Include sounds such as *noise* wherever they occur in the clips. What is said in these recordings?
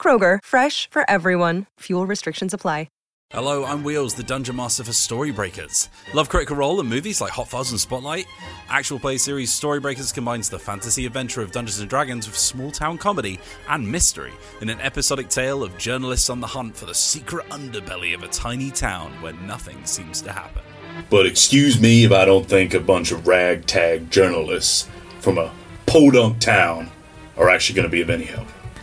Kroger, fresh for everyone. Fuel restrictions apply. Hello, I'm Wheels, the Dungeon Master for Storybreakers. Love critical role and movies like Hot Fuzz and Spotlight. Actual play series Storybreakers combines the fantasy adventure of Dungeons and Dragons with small town comedy and mystery in an episodic tale of journalists on the hunt for the secret underbelly of a tiny town where nothing seems to happen. But excuse me if I don't think a bunch of ragtag journalists from a podunk town are actually going to be of any help.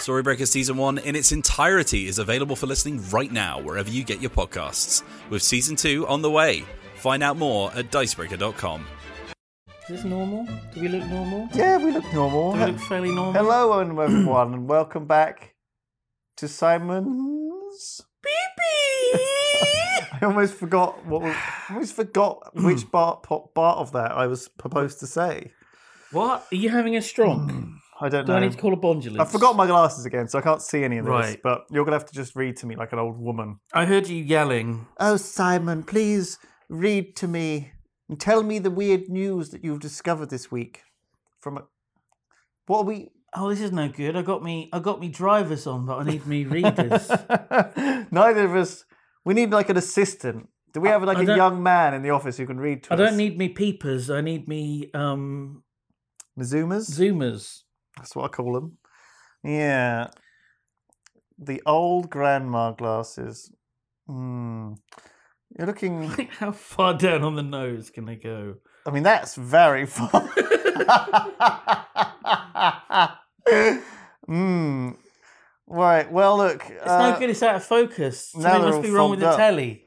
Storybreaker Season 1 in its entirety is available for listening right now, wherever you get your podcasts, with Season 2 on the way. Find out more at dicebreaker.com. Is this normal? Do we look normal? Yeah, we look normal. Do we look fairly normal? Hello, and everyone, and welcome back to Simon's. I almost forgot *sighs* what was, I almost forgot Hmm. which part po- part of that I was supposed to say. *laughs* What? Are you having a stroke? I don't Do know. Hmm. I need to call a bondulance? I forgot my glasses again, so I can't see any of this. Right. But you're gonna have to just read to me like an old woman. I heard you yelling. Oh, Simon, please read to me and tell me the weird news that you've discovered this week. From a, what *laughs* are we? Oh, this is no good. I got me, I got me drivers on, but I need *laughs* me readers. Neither of us. We need like an assistant. Do we have like I a don't- young man in the office who can read to I us? don't need me peepers. I need me um Mizumas. zoomers. That's what I call them. Yeah. The old grandma glasses. Hmm. You're looking. How far down on the nose can they go? I mean, that's very *laughs* far. Hmm. Right. Well, look. It's no good. It's out of focus. now Something they're must all be wrong with fogged the *sighs* up. telly.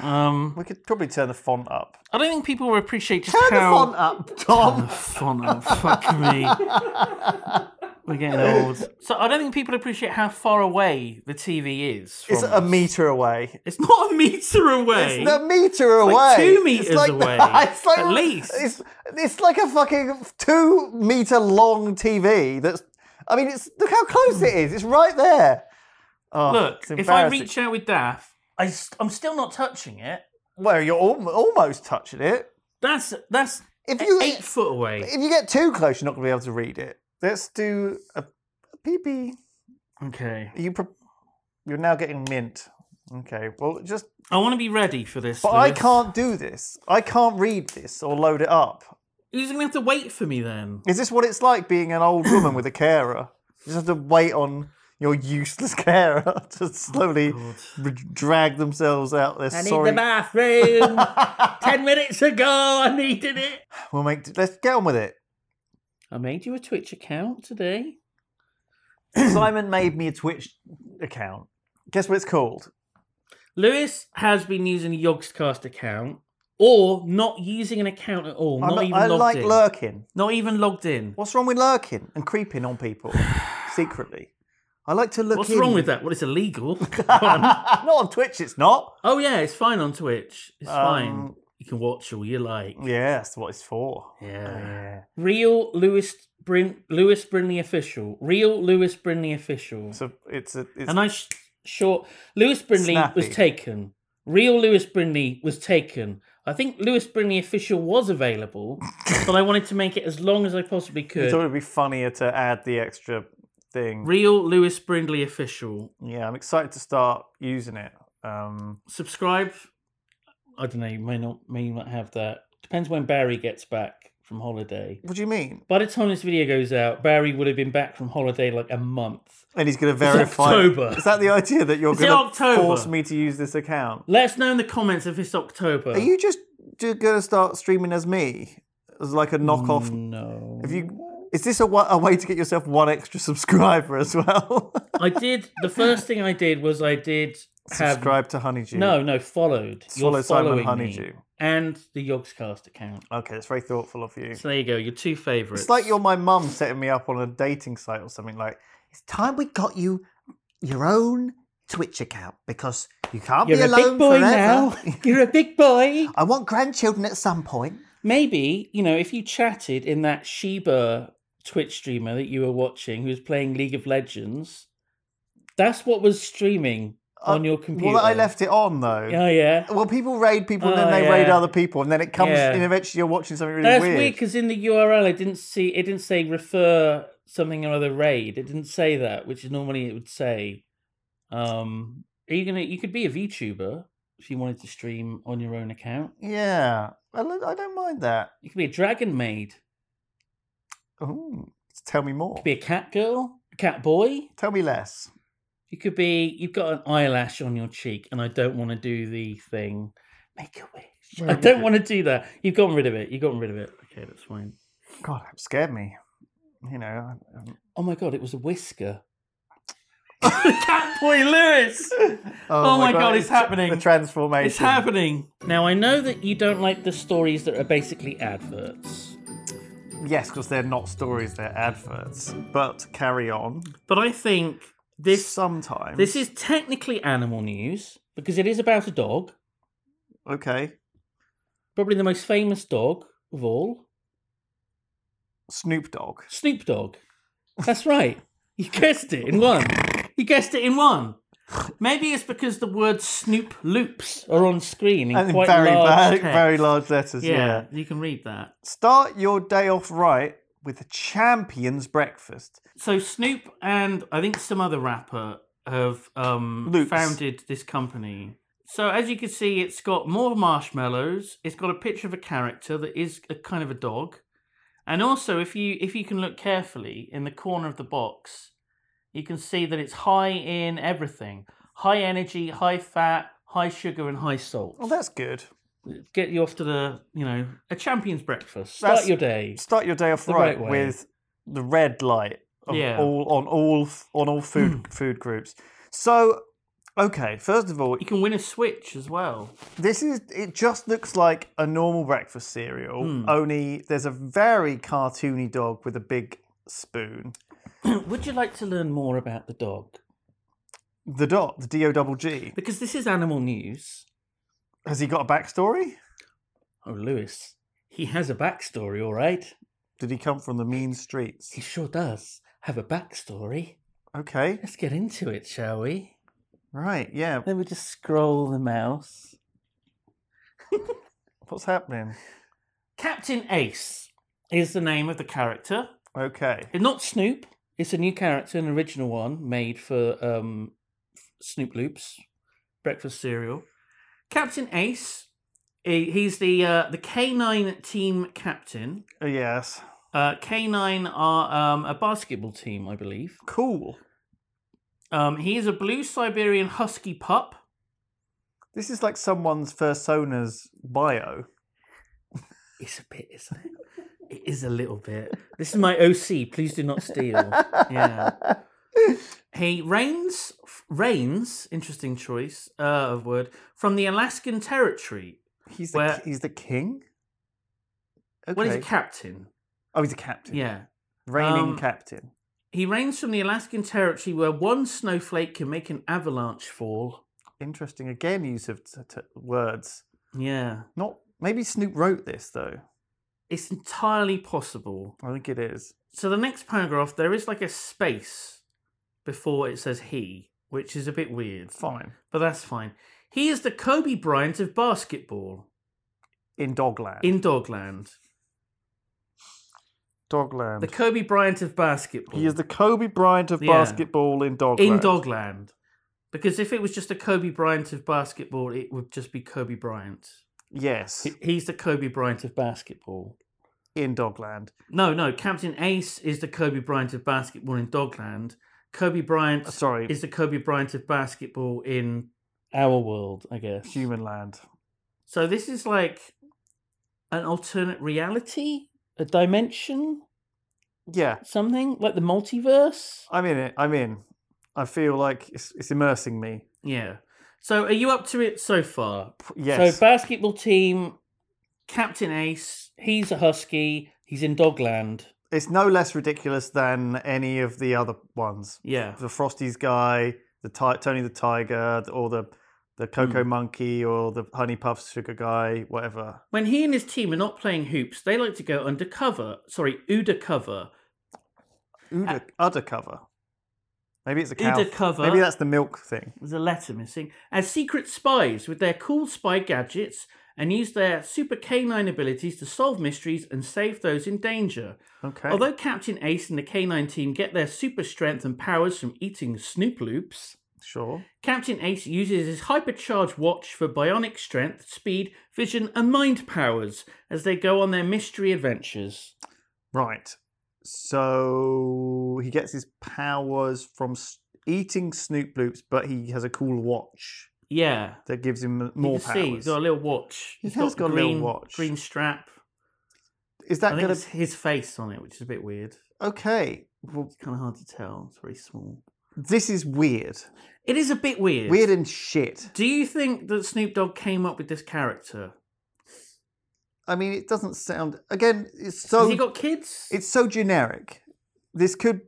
Um, We could probably turn the font up. I don't think people will appreciate just Turn the how font up, Tom. font up. Oh, Fuck *laughs* me. We're getting old. So I don't think people appreciate how far away the TV is. From It's a us. meter away. It's not a meter away. It's a meter away. like two It's meters like- *laughs* away, it's like, at least. It's, it's like a fucking two meter long TV. That's. I mean, it's look how close it is. It's right there. Oh, Look, it's if I embarrassing. reach out with Daff, I st- I'm still not touching it. well, you're al- almost touching it. That's that's If e- you eight foot away. if you get too close, you're not going to be able to read it. Let's do a, a PP. Okay, You pre- you're now getting mint. Okay, well, just I want to be ready for this. but I Lewis. can't do this. I can't read this or load it up. You're just gonna have to wait for me then. Is this what it's like being an old woman with a carer? You just have to wait on your useless *laughs* carer Oh, to slowly r- drag themselves out their sorry. bathroom. *laughs* Ten minutes ago, I needed it. we'll make. Let's get on with *coughs* it. I made you a Twitch account today. Simon made me a Twitch account. Guess what it's called? Lewis has been using a Yogscast account, or not using an account at all. Not I'm- even I logged like in. lurking. Not even logged in. What's wrong with lurking and creeping *sighs* on people secretly? I like to look. What's in. wrong with that? Well, it's *laughs* illegal. not on Twitch. It's not. oh yeah, it's fine on Twitch. It's fine. Um, You can watch all you like. Yeah, that's what it's for. Yeah. Real Lewis Brin Lewis Brinley official. Real Lewis Brinley official. It's a. It's a. It's and I sh- short Lewis Brinley was Snappy. taken. Real Lewis Brinley was taken. I think Lewis Brinley official was available, but I wanted to make it as long as I possibly I could. thought it'd be funnier to add the extra thing. Real Lewis Brindley official. Yeah, I'm excited to start using it. Um, Subscribe. I don't know. You may not may not have that. Depends when Barry gets back. from holiday. What do you mean? By the time this video goes out, Barry would have been back from holiday like a month. And he's going to verify. October. Is that the idea that you're Is it going to October? force me to use this account? Let us know in the comments if it's October. Are you just going to start streaming as me, as like a knockoff? No. Have you? Is this a, wa- a way to get yourself one extra *laughs* subscriber as well? I did. The first thing I did was I did have Subscribe to Honeydew. no, no, followed. Follow You're Simon following me Honeydew. and the Yogscast account. Okay, that's very thoughtful of you. So there you go. Your two favorites. It's like you're my mum setting me up on a dating site or something. Like it's time we got you your own Twitch account because you can't You're be a alone big boy *laughs* forever. now. You're a big boy. I want grandchildren at some point. Maybe you know if you chatted in that Sheba Twitch streamer that you were watching, who was playing League of Legends. That's what was streaming on Uh, your computer. Well, I left it on though. Oh yeah. Well, people raid people and then Oh, they raid yeah. other people, and then it comes Yeah. and eventually you're watching something really That's weird. weird because in the URL, I didn't see it didn't say refer something or other raid. It didn't say that, which is normally it would say. Um, are you gonna? You could be a VTuber if you wanted to stream on your own account. Yeah, I don't- I don't mind that. You could be a dragon maid. Ooh, tell me more. You could be a cat girl, a cat boy. Tell me less. You could be. You've got an eyelash on your cheek, and I don't want to do the thing. Make a wish. I don't want to do that. You've gotten rid of it. You've gotten rid of it. Okay, that's fine. God, that scared me. You know, I- I- Oh my god, it was a whisker. *laughs* cat boy Lewis. Oh my God, it's happening. The transformation. It's happening. Now, I know that you don't like the stories that are basically adverts, Yes, because they're not stories, they're adverts. But carry on. but I think this sometimes. this is technically animal news because it is about a dog, okay. probably the most famous dog of all, Snoop Dogg. Snoop Dogg. That's right. You guessed it in one. You guessed it in one. Maybe it's because the word Snoop loops are on screen in And in quite very large bad, text. very large letters. Yeah. yeah, you can read that. Start your day off right with a champion's breakfast. So Snoop and I think some other rapper have um, Loops. founded this company. So as you can see, it's got more marshmallows. It's got a picture of a character that is a kind of a dog, and also if you if you can look carefully in the corner of the box, you can see that it's high in everything: high energy, high fat, high sugar, and high salt. Well, that's good. Get you off to the you know a champion's breakfast. Start That's- your day. Start your day off The right, right way. with the red light of Yeah. Hmm. all on all on all food food groups. So, okay, first of all, You can win a switch as well. This is it just looks like a normal breakfast cereal, Hmm. only there's a very cartoony dog with a big spoon. *clears throat* Would you like to learn more about the dog? The dot, the D O double G. Because this is animal news. Has he got a backstory? Oh, Lewis, he has a backstory, all right? Did he come from the mean streets? He sure does have a backstory. Okay. Let's get into it, shall we? Right, yeah. Let me just scroll the mouse. What's happening? Captain Ace is the name of the character. Okay. It's not Snoop. It's a new character, an original one made for um, Snoop Loops breakfast cereal. Captain Ace, he- he's the uh, the canine team captain. Uh, yes. Uh, K9 are um, a basketball team, I believe. Cool. Um, he is a blue Siberian husky pup. This is like someone's persona's bio. It's a bit, isn't it? It is a little bit. This is my OC. Please do not steal. yeah. He reigns, reigns. Interesting choice uh, of word from the Alaskan Territory. He's the Where- he's the king? Okay. Well, he's a captain. oh, he's a captain. Yeah. Reigning Um, captain. He reigns from the Alaskan Territory, where one snowflake can make an avalanche fall. Interesting again use of t- t- words. Yeah. Not maybe Snoop wrote this though. It's entirely possible. I think it is. so the next paragraph there is like a space before it says he which is a bit weird Fine. but that's fine he is the kobe bryant of basketball In Dogland. in dogland Dogland. the kobe bryant of basketball he is the Kobe Bryant of Yeah. basketball in Dogland. in dogland because if it was just a kobe bryant of basketball it would just be kobe bryant Yes. He- he's the kobe bryant of basketball in Dogland. No, no. Captain Ace is the Kobe Bryant of basketball in Dogland. Kobe Bryant Sorry, is the Kobe Bryant of basketball in our world, I guess. Human Land. So this is like an alternate reality, a dimension, Yeah, something like the multiverse. I'm in it. I'm in. I feel like it's, it's immersing me. Yeah. So are you up to it so far? P- Yes. So basketball team, Captain Ace, he's a husky, he's in Dogland. it's no less ridiculous than any of the other ones. Yeah. The Frosties guy, the ti- Tony the Tiger, or the the Coco Hmm. Monkey, or the Honey Puff Sugar guy, whatever. When he and his team are not playing hoops, they like to go undercover. Sorry, undercover. Uda, undercover. Maybe it's a cow. Uddercover. Maybe that's the milk thing. There's a letter missing. As secret spies with their cool spy gadgets and use their super canine abilities to solve mysteries and save those in danger. Okay. Although Captain Ace and the Canine team get their super strength and powers from eating Snoop Loops, sure. Captain Ace uses his hypercharged watch for bionic strength, speed, vision, and mind powers as they go on their mystery adventures. Right. So he gets his powers from s- eating Snoop Loops, but he has a cool watch Yeah. that gives him You more can See, powers. he's got a little watch. He He's has got a little green, watch. Green strap. Is I that think going it's to. his face on it, which is a bit weird. Okay. Well, It's kind of hard to tell. It's very small. this is weird. It is a bit weird. Weird and shit. Do you think that Snoop Dogg came up with this character? I mean, it doesn't sound. Again, it's Has so. he got kids? it's so generic. This could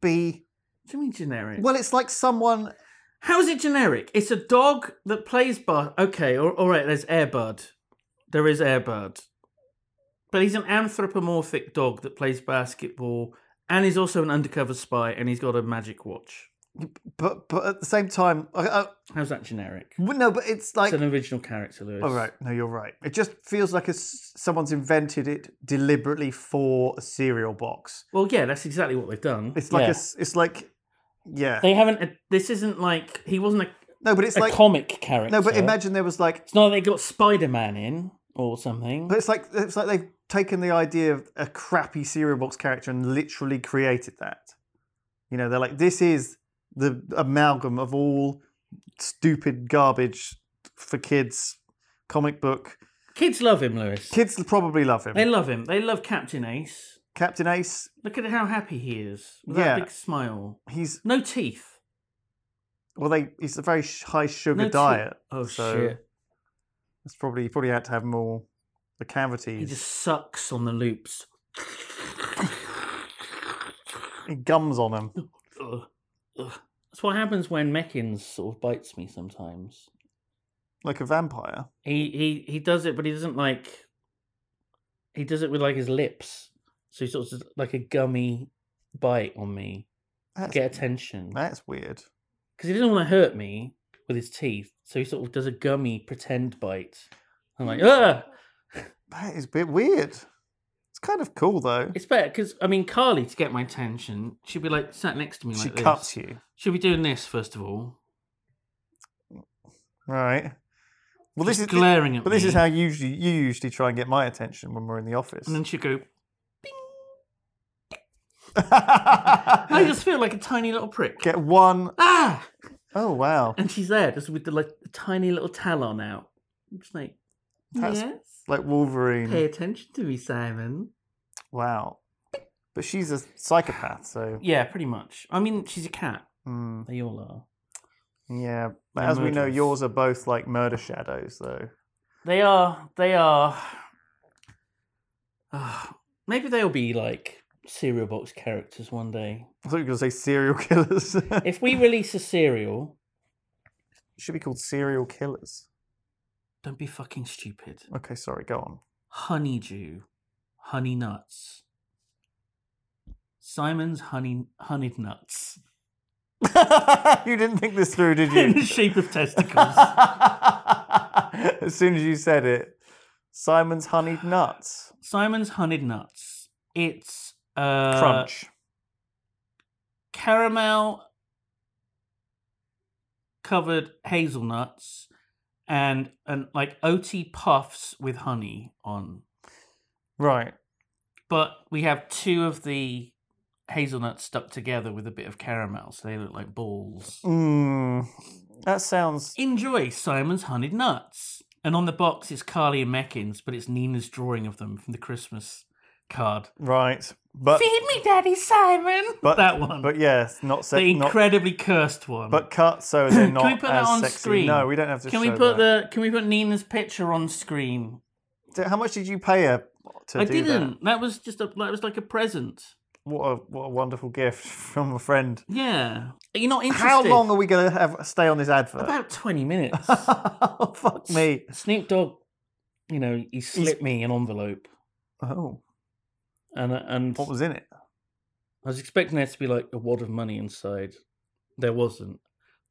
be. What do you mean generic? Well, it's like someone. How is it generic? It's a dog that plays bar. Okay, all, all right. There's Airbud. There is Airbud, but he's an anthropomorphic dog that plays basketball and is also an undercover spy, and he's got a magic watch. But but at the same time, I, I, How's that generic? no. But it's like it's an original character, Lewis. All right, no, you're right. It just feels like it's, someone's invented it deliberately for a cereal box. Well, yeah, that's exactly what they've done. It's like Yeah. a s it's like, yeah, They haven't. This isn't like he wasn't a, no, but it's a like comic character. no, but imagine there was like, it's not. That they got Spider Man in or something. but it's like it's like they've taken the idea of a crappy cereal box character and literally created that. You know, they're like, this is the amalgam of all stupid garbage for kids comic book. Kids love him, Lewis. Kids probably love him. They love him. They love Captain Ace. Captain Ace, Look at how happy he is. With Yeah. that big smile. he's No teeth. Well, they it's a very sh- high sugar No teeth. diet. Oh so shit. It's probably he probably had to have more the cavities. He just sucks on the loops. He gums on them. Ugh. Ugh. That's what happens when Mekins sort of bites me sometimes. like a vampire. He he he does it, but he doesn't like. He does it with like his lips, so he sort of does like a gummy bite on me to That's, get attention because that's weird. he doesn't want to hurt me with his teeth. So he sort of does a gummy pretend bite. I'm like, ah, That is a bit weird. It's kind of cool though. It's better because I mean, Carly to get my attention, she'd be like sat next to me like she this. cuts you, She'll be doing this first of all. right? Well, Well, this this is glaring at But this me. is how usually you usually try and get my attention when we're in the office. And *laughs* then she'd go. I just feel like a tiny little prick. get one ah! oh wow, And she's there just with the like tiny little talon out. I'm just like, That's- yes. like Wolverine. Pay attention to me, Simon. Wow. But she's a psychopath, so Yeah, pretty much. I mean, she's a cat. mm. They all are. Yeah, but They're as we know, murderers. yours are both like murder shadows, though. They are. They are. *sighs* Ah, maybe they'll be like cereal box characters one day. I thought you were going to say serial *laughs* killers. if we release a cereal, should be called serial killers. don't be fucking stupid. Okay, sorry, go on. Honeydew, honey nuts. Simon's honey honeyed nuts you didn't think this through, *laughs* did in the *laughs* you? shape of *laughs* testicles. *laughs* as soon as you said it, Simon's honeyed nuts. Simon's honeyed nuts. It's uh, Crunch. caramel covered hazelnuts and and like OT puffs with honey on. Right. But we have two of the hazelnuts stuck together with a bit of caramel, so they look like balls. Mm, that sounds. Enjoy Simon's Honeyed Nuts. And on the box is Carly and Meckins, but it's Nina's drawing of them from the Christmas card. Right. But, Feed me, Daddy Simon. but that one. But yes, not the sexy. Not, incredibly cursed one. but cut so they're not can we put that as on sexy. screen? No, we don't have to. Can we show put that. the? Can we put Nina's picture on screen? the? How much did you pay her to I do didn't. that? That. was just a. That was like a present. What a what a wonderful gift *laughs* from a friend. Yeah. Are you not interested? How long are we going to have stay on this *laughs* advert? About twenty *laughs* minutes. oh, fuck me. Snoop Dogg, you know, he slipped me an envelope, Oh, and uh, and what was in it? I was expecting there to be like a wad of money inside. There wasn't.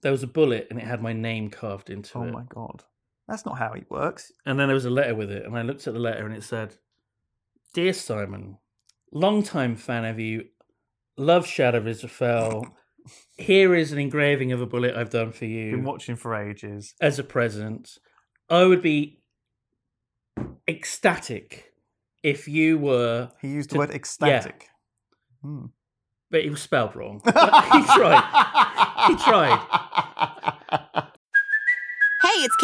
There was a bullet, and it had my name carved into Oh it. my god, that's not how it works. And then there was a letter with it, and I looked at the letter, and it said, "Dear Simon, long-time fan of you, love Shadow of Israfel. Here is an engraving of a bullet I've done for you Been watching for ages. as a present. I would be ecstatic if you were, He used the To- word ecstatic. Hmm. but it was spelled *laughs* wrong. But he tried. *laughs* He tried. Hey, it's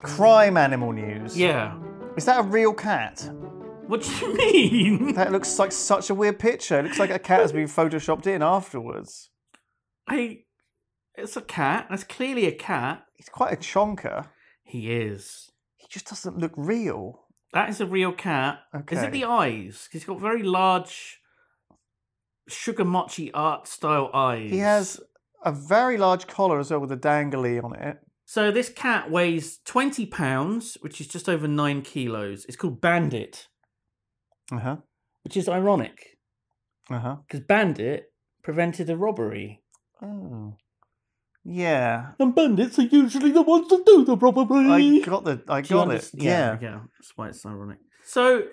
Crime animal news. Yeah. Is that a real cat? What do you mean? *laughs* That looks like such a weird picture. It looks like a cat has been photoshopped in afterwards. I. It's a cat. That's clearly a cat. He's quite a chonker. He is. He just doesn't look real. That is a real cat. Is Okay. it the eyes? 'Cause He's got very large sugar mochi art style eyes. He has a very large collar as well with a dangly on it. So this cat weighs 20 pounds, which is just over 9 kilos. It's called Bandit, Uh huh. which is ironic Uh huh. because Bandit prevented a robbery. Oh. Yeah. And bandits are usually the ones that do the robbery. I got the. I Do you got it. understand- Yeah. yeah, That's why it's ironic. So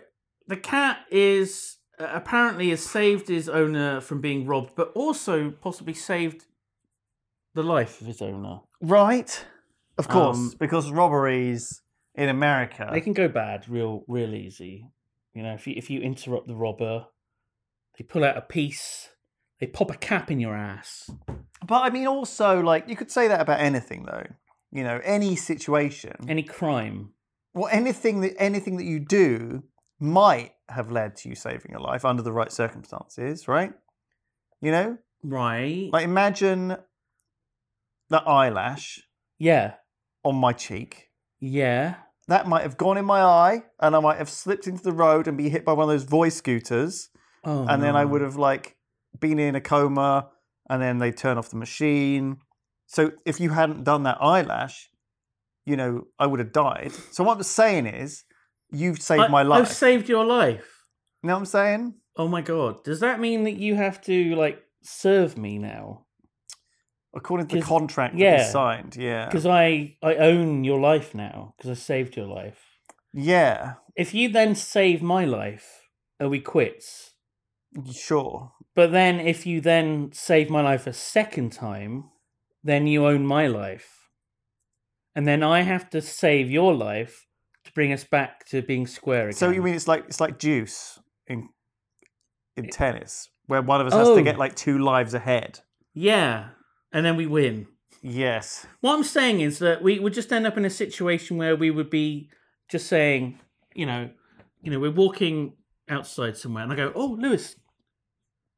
the cat is uh, apparently has saved his owner from being robbed, but also possibly saved the life of his owner. Right. Of course, Um, because robberies in America. They can go bad real, real easy. You know, if you if you interrupt the robber, they pull out a piece, they pop a cap in your ass. But I mean, also, like, you could say that about anything, though. You know, any situation, Any crime, well, anything that anything that you do might have led to you saving a life under the right circumstances, right? You know, right? like imagine that eyelash yeah, on my cheek. yeah. That might have gone in my eye, and I might have slipped into the road and be hit by one of those voice scooters, Oh, and then I no. would have like been in a coma, and then they turn off the machine. So if you hadn't done that eyelash, you know, I would have died. So what I'm saying is, you've saved I- my life. I've saved your life. you know what I'm saying? Oh my god! Does that mean that you have to like serve me now? According to the 'Cause- contract that yeah. was signed, yeah, Because I I own your life now because I saved your life. yeah, If you then save my life, are we quits? sure. But then if you then save my life a second time, then you own my life, and then I have to save your life to bring us back to being square again. So you mean it's like it's like juice in in tennis, where one of us has Oh. to get like two lives ahead. yeah? And then we win. Yes. What I'm saying is that we would just end up in a situation where we would be just saying, you know, you know, we're walking outside somewhere, and I go, "Oh, Lewis,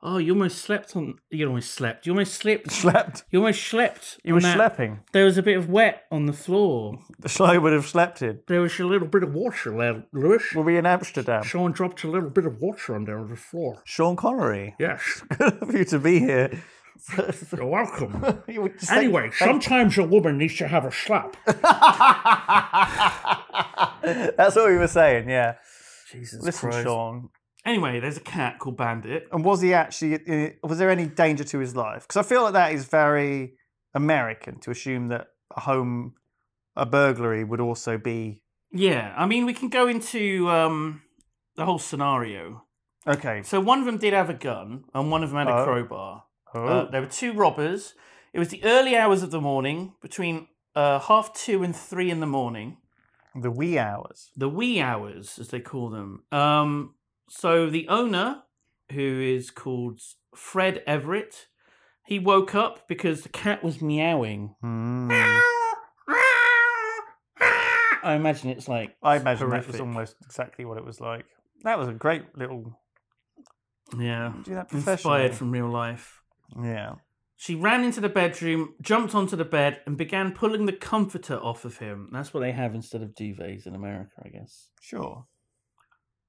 oh, you almost slept on. You almost slept. You almost slipped. Slept. you almost slept. You were on that- schlepping. There was a bit of wet on the floor. Schlo would have slept in. There was a little bit of water there, Lewis. We'll be in Amsterdam. Sean dropped a little bit of water on there on the floor. Sean *laughs* Connery. Yes, *laughs* Good of you to be here. you're welcome." *laughs* You would just Anyway, say- sometimes a woman needs to have a slap. That's what we were saying, yeah. Jesus Listen, Christ. Sean, Anyway, there's a cat called Bandit. And was he actually? eh, Was there any danger to his life? Because I feel like that is very American to assume that a home, a burglary would also be Yeah, I mean, we can go into um, the whole scenario. okay. So one of them did have a gun, and one of them had a Oh. crowbar. Oh, Uh, there were two robbers. It was the early hours of the morning, between uh, half two and three in the morning, the wee hours. the wee hours, as they call them. Um, so the owner, who is called Fred Everett, he woke up because the cat was meowing. Mm. I imagine it's like I imagine that was horrific. almost exactly what it was like. That was a great little yeah do that professionally. inspired from real life. yeah. She ran into the bedroom, jumped onto the bed, and began pulling the comforter off of him. That's what they have instead of duvets in America, I guess. Sure.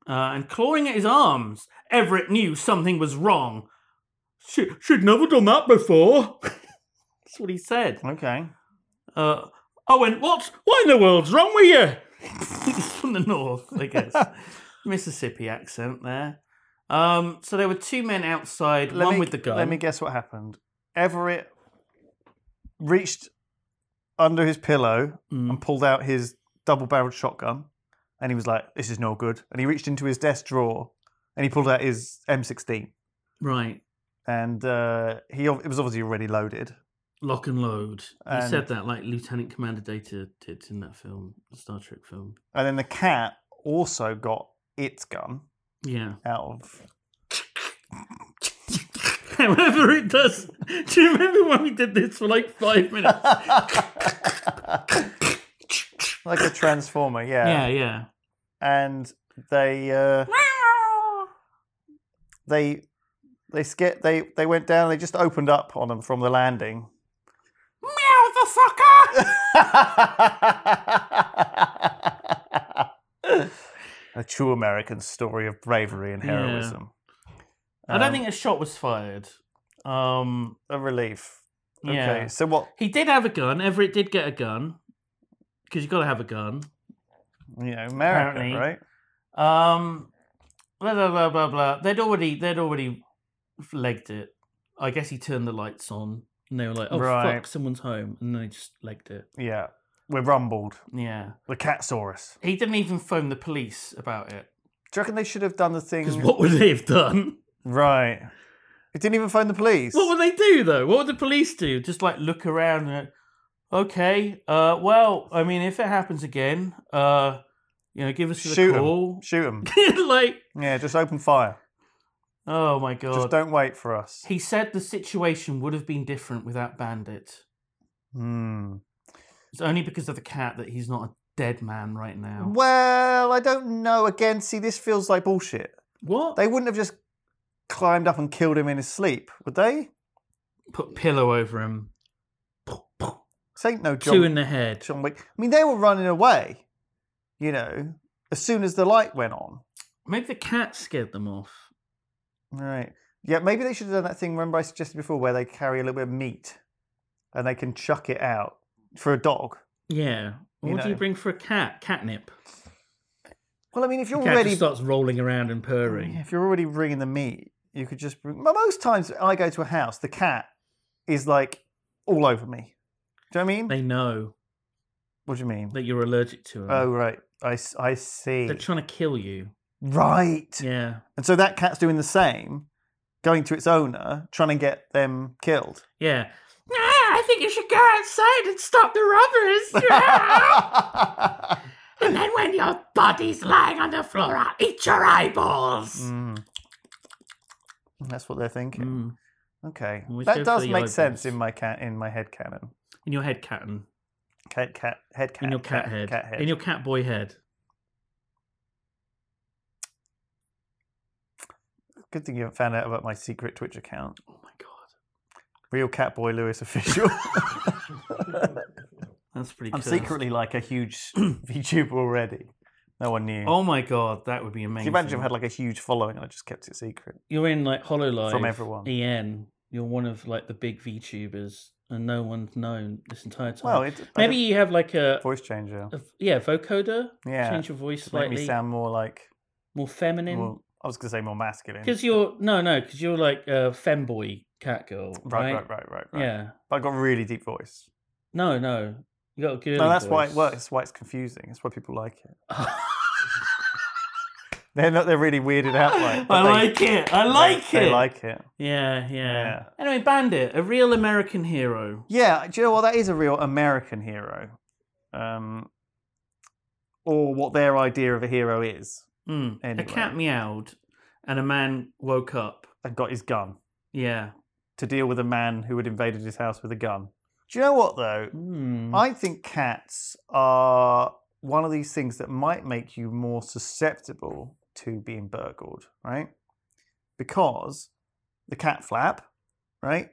Uh, and clawing at his arms, Everett knew something was wrong. She, she'd never done that before. *laughs* That's what he said. Okay. Uh, I went, What? What in the world's wrong with you? *laughs* He's from the north, I *laughs* guess. Mississippi accent there. Um, so there were two men outside, Let one me- with the gun. Let me guess what happened. Everett reached under his pillow Mm. and pulled out his double barreled shotgun. And he was like, this is no good. And he reached into his desk drawer and he pulled out his M16. Right. And uh, he ob- it was obviously already loaded. Lock and load. And- he said that like Lieutenant Commander Data did in that film, the Star Trek film. And then the cat also got its gun Yeah. out of. *laughs* However, it does. Do you remember when we did this for like five *laughs* minutes? *coughs* like a transformer, yeah, yeah. yeah. and they uh, they they sca- they they went down. They just opened up on them from the landing. Meow the fucker! *laughs* A true American story of bravery and Yeah. heroism. I don't Um, think a shot was fired. Um, a relief. Okay, yeah. so what? He did have a gun. Everett did get a gun because you got to have a gun. You know, America, Apparently- right? Um, blah blah blah blah blah. They'd already they'd already legged it. I guess he turned the lights on, and they were like, "Oh Right. fuck, someone's home," and they just legged it. Yeah, we're rumbled. Yeah, The cat saw us. he didn't even phone the police about it Do you reckon they should have done the thing? because what would they have done? Right. It didn't even phone the police. What would they do though? What would the police do? Just like look around and okay, uh, well, I mean, if it happens again, uh, you know, give us a Shoot 'em. call. *laughs* Shoot them. like, Yeah, just open fire. oh my god. Just don't wait for us. He said the situation would have been different without Bandit. Hmm. It's only because of the cat that he's not a dead man right now. Well, I don't know. Again, see, this feels like bullshit. What? They wouldn't have just climbed up and killed him in his sleep, would they? put pillow over him. This ain't no John, Two in the head. John Wick. I mean, they were running away, you know, as soon as the light went on. Maybe the cat scared them off. Right. Yeah, maybe they should have done that thing, remember I suggested before, where they carry a little bit of meat and they can chuck it out for a dog. Yeah. What You do you know. bring for a cat? Catnip. Well, I mean, if The you're cat already Oh, just starts rolling around and Yeah, purring. If you're already bringing the meat, you could just bring. Well, most times I go to a house, the cat is like all over me. Do you know what I mean? They know what do you mean? that you're allergic to them. oh, right. I, s- I see. They're trying to kill you. right. Yeah. And so that cat's doing the same, going to its owner, trying to get them *laughs* killed. Yeah. Nah, I think you should go outside and stop the *laughs* robbers. Yeah. Hmm. and then when your body's lying on the floor, I'll eat your eyeballs. Mm. That's what they're thinking. Mm. Okay, Always go that for does the make sense eyeballs. in my cat in my head canon. In your head, Catton. Cat cat head cat in your cat, head. cat head In your cat boy head. Good thing you haven't found out about my secret Twitch account. Oh my god. Real Catboy *laughs* Lewis official. That's pretty I'm cursed. secretly like *clears throat* a huge VTuber already. No one knew. Oh my god, that would be Can amazing. you imagine if I had like a huge following and I just kept it secret? You're in like Hololive From everyone. EN. You're one of like the big VTubers, and no one's known this entire time. Well, it, I maybe did you have like a, voice changer. a- yeah vocoder. Yeah, Change your voice Just make slightly. me sound more like more feminine. more, I was going to say more masculine. Because you're no, no, because you're like a femboy cat girl, Right, right, right, right, right. Yeah, But I got a really deep voice. no, no, you got a good. No, that's why it works. That's why it's confusing. That's why people like it. *laughs* They're not. They're really weirded out *laughs* by it. but I they- like it. I like They it. like it. yeah, yeah, Yeah. Anyway, Bandit, a real American hero. Yeah. Do you know what? That is a real American hero, um, or what their idea of a hero is. Mm. Anyway. A cat meowed, and a man woke up. And got his gun Yeah. to deal with a man who had invaded his house with a gun. Do you know what though? Mm. I think cats are one of these things that might make you more susceptible to being burgled, right? Because the cat flap, right,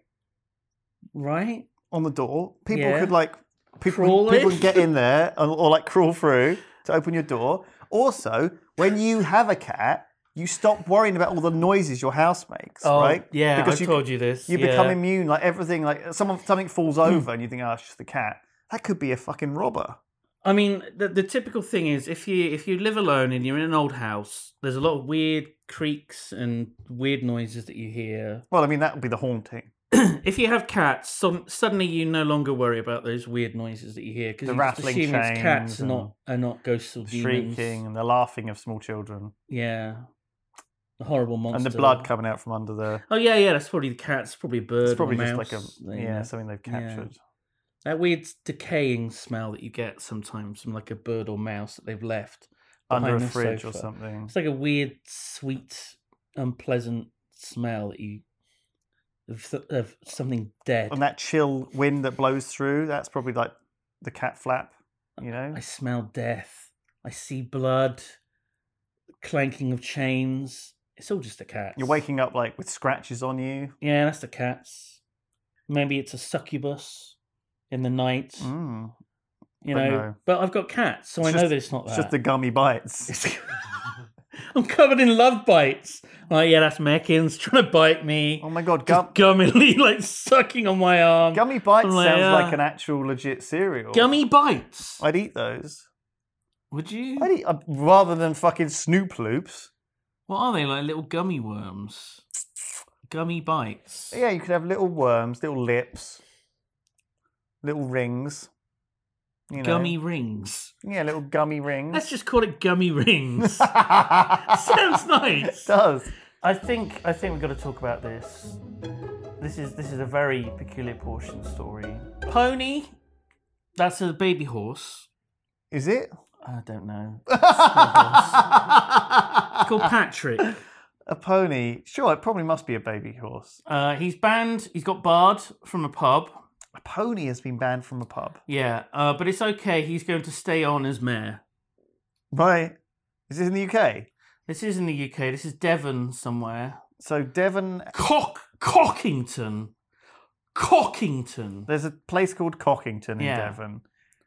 right. on the door, people Yeah. could like people Crawl people in. can *laughs* get in there or, or like crawl through to open your door. Also, when you have a cat, you stop worrying about all the noises your house makes, Oh, right? yeah. because I told you this. you yeah. Hmm. become immune. Like everything, like someone something falls over, *laughs* and you think, "Oh, it's just the cat." That could be a fucking robber. *laughs* I mean, the, the typical thing is if you if you live alone and you're in an old house, there's a lot of weird creaks and weird noises that you hear. Well, I mean, that would be the haunting. *clears throat* if you have cats, some, suddenly you no longer worry about those weird noises that you hear because The you just rattling assume it's cats chains and not are not ghosts or The demons. shrieking and the laughing of small children Yeah, the horrible monster and the blood coming out from under the. Oh yeah, yeah. That's probably the cats. Probably a bird. It's probably or a just like mouse, a you yeah know. something they've Yeah. captured. That weird decaying smell that you get sometimes from like a bird or mouse that they've left Under a behind the fridge or sofa. something. It's like a weird, sweet, unpleasant smell that you of, th- of something dead. And that chill wind that blows through, that's probably like the cat flap, you know? I smell death. I see blood, clanking of chains. It's all just the cats. You're waking up like with scratches on you. Yeah, that's the cats. Maybe it's a succubus in the night. Mm. you but know, no. but I've got cats, so It's I know just- that it's not that. It's just the gummy bites. It's- *laughs* I'm covered in love bites. Oh yeah, that's Meckins trying to bite me. Oh my god, Just gum- gummily *laughs* like sucking on my arm. gummy bites I'm like, sounds uh, like an actual legit cereal. Gummy bites. I'd eat those. Would you? I'd eat, uh, rather than fucking Snoop Loops. What are they like? Little gummy worms. Gummy bites. Yeah, you could have little worms, little lips, little rings. You know. Gummy rings. Yeah, little gummy rings. Let's just call it *laughs* gummy rings. Sounds Sounds nice. *laughs* does. I think I think we've got to talk about this. This is this is a very peculiar portion story. Pony. That's a baby horse. Is it? I don't *laughs* know. It's a called Patrick. pony. Sure, it probably must be a baby horse. Uh, he's banned. He's got barred from a pub. A pony has been banned from a pub. Yeah, uh, but it's okay. He's going to stay on as mayor. Right. Is this in the UK? This is in the UK. This is Devon somewhere. So Devon Cock Cockington. Cockington. there's a place called Cockington in Yeah. Devon.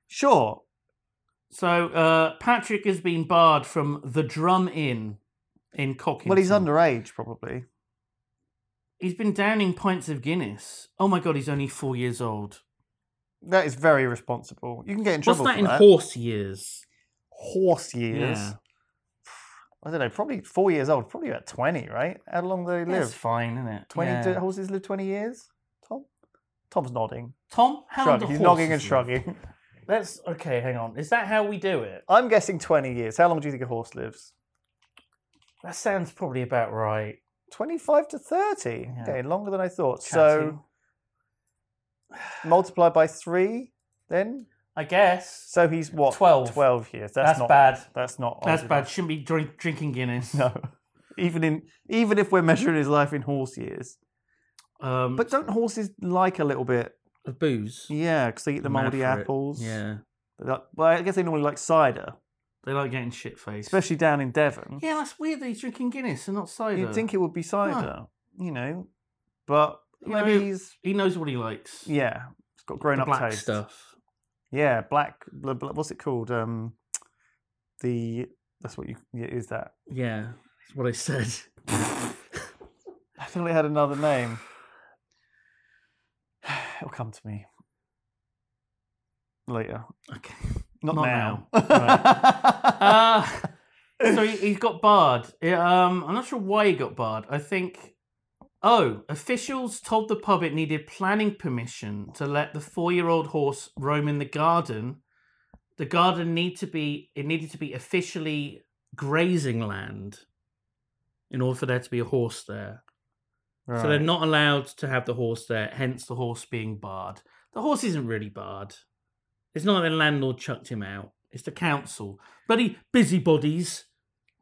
Sure. So uh, Patrick has been barred from the Drum Inn in Cockington. Well he's underage probably. He's been downing pints of Guinness. Oh my god, he's only four years old. That is very responsible. You can get in What's trouble that for in that. horse years? horse years. Yeah. I don't know, probably four years old, probably about 20, right? How long do they live? That's fine, isn't it? 20 Yeah. do horses live 20 years? Tom? Tom's nodding. Tom, how long Shrug. do He's nodding and horses live? shrugging. *laughs* That's okay. Hang on. Is that how we do it? I'm guessing 20 years. How long do you think a horse lives? That sounds probably about right. 25 to 30. Yeah. Okay, longer than I thought. Chatty. So multiply by three then? I guess So he's what? 12. 12 years. That's, that's, not bad. That's not old That's bad. enough. Shouldn't be drink, drinking Guinness. *laughs* No. Even in even if we're measuring his life in horse years. Um, But don't horses like a little bit of booze. Yeah, because they eat the Mad mouldy for it. apples. Yeah, They like- well, I guess they normally like cider, they like getting shit faced. especially down in Devon. Yeah, that's weird that he's drinking Guinness and not cider. You'd think it would be cider, you know, but You maybe know- he's he knows what he likes. yeah, it's got The grown up black taste. stuff. Yeah, black. Bl- bl- what's it called? Um, the that's what you yeah, is that? Yeah, that's what I said. *laughs* *laughs* I thought it had another name. *sighs* It'll come to me later. okay. Not, Not *laughs* now. now. Uh, so he, he's got barred. Yeah, um, I'm not sure why he got barred. I think. Oh, officials told the pub it needed planning permission to let the four-year-old horse roam in the garden. The garden need to be it needed to be officially grazing land in order for there to be a horse there. So they're Right. not allowed to have the horse there, hence the horse being barred. The horse isn't really barred. It's not like the landlord chucked him out. It's the council. Bloody busybodies.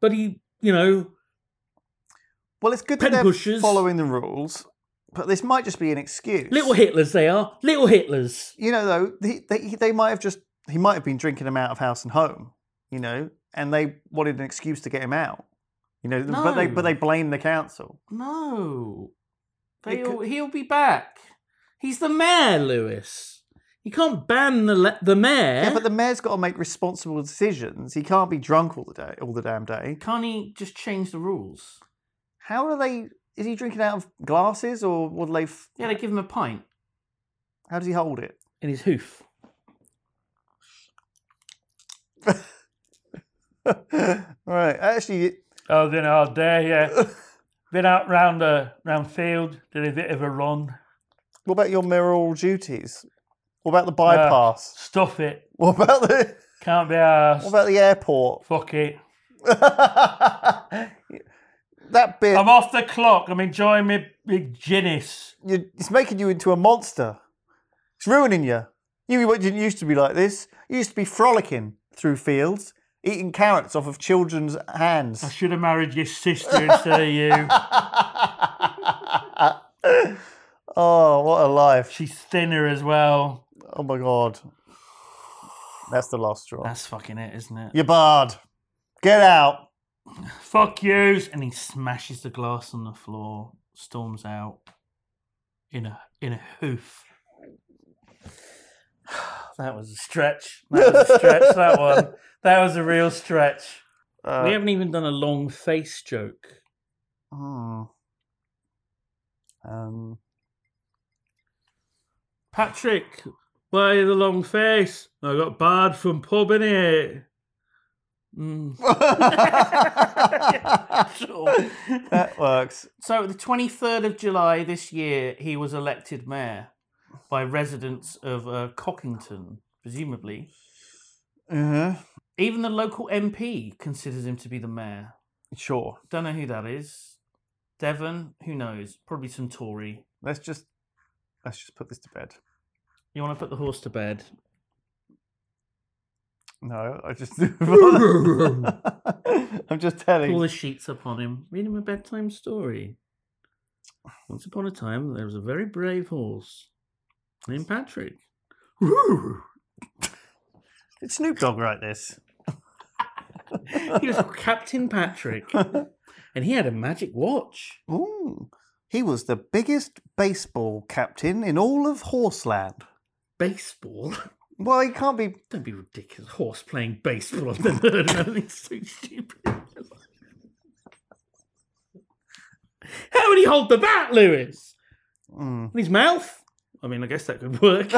Bloody, you know, Well, it's good Pen that they're pushers. following the rules, but this might just be an excuse. little Hitlers they are. Little Hitlers. you know, though they, they they might have just he might have been drinking him out of house and home, you know, and they wanted an excuse to get him out, you know. But they but No. they blame the council. No. It They'll, could- He'll be back. He's the mayor, Lewis. You can't ban the, le- the mayor. Yeah, but the mayor's got to make responsible decisions. He can't be drunk all the day, all the damn day. Can't he just change the rules? How are they? Is he drinking out of glasses or what? do They f- Yeah, they give him a pint how does he hold it? in his hoof. right, actually, I was in all day, yeah. Been out round the round field, did a bit of a run. what about your mayoral duties? What about the Uh. bypass? Stuff it. what about the Can't be arsed. what about the airport? *laughs* Fuck it. that bit, I'm off the clock. I'm enjoying my big Guinness. you, it's making you into a monster. It's ruining you. You wa- didn't used to be like this. You used to be frolicking through fields, eating carrots off of children's I *laughs* hands. should have married your sister instead of you. oh, what a life. She's thinner as well. Oh my God. That's the last straw. That's fucking it, isn't it? You're barred. Get out. Fuck yous. And he smashes the glass on the floor, storms out in a in a hoof. *sighs* That was a stretch. That was a stretch, that one. That was a real stretch. Uh, we haven't even done a long face joke. hmm. Um, Patrick, why the long face? I got barred from Mm. pub in here. that works. *laughs* So the twenty third of July this year, he was elected mayor by residents of uh, Cockington, presumably. Uh-huh. Even the local MP considers him to be the mayor. Sure. Don't know who that is. Devon, who knows? Probably some Tory. Let's just let's just put this to bed. You want to put the horse to *laughs* bed? No, I just *laughs* I'm just telling. Pull the sheets upon him. Read him a bedtime story. Once upon a time, there was a very brave horse named Patrick. *laughs* Did Snoop Dogg write this? He was Captain Patrick, and he had a magic watch. Ooh. He was the biggest baseball captain in all of Horseland. Baseball? *laughs* Well, he can't be. Don't be ridiculous. Horse playing baseball. *laughs* I've never heard of anything so stupid. How would he hold the bat, Lewis? Mm. *laughs* In his mouth? I mean, I guess that could work.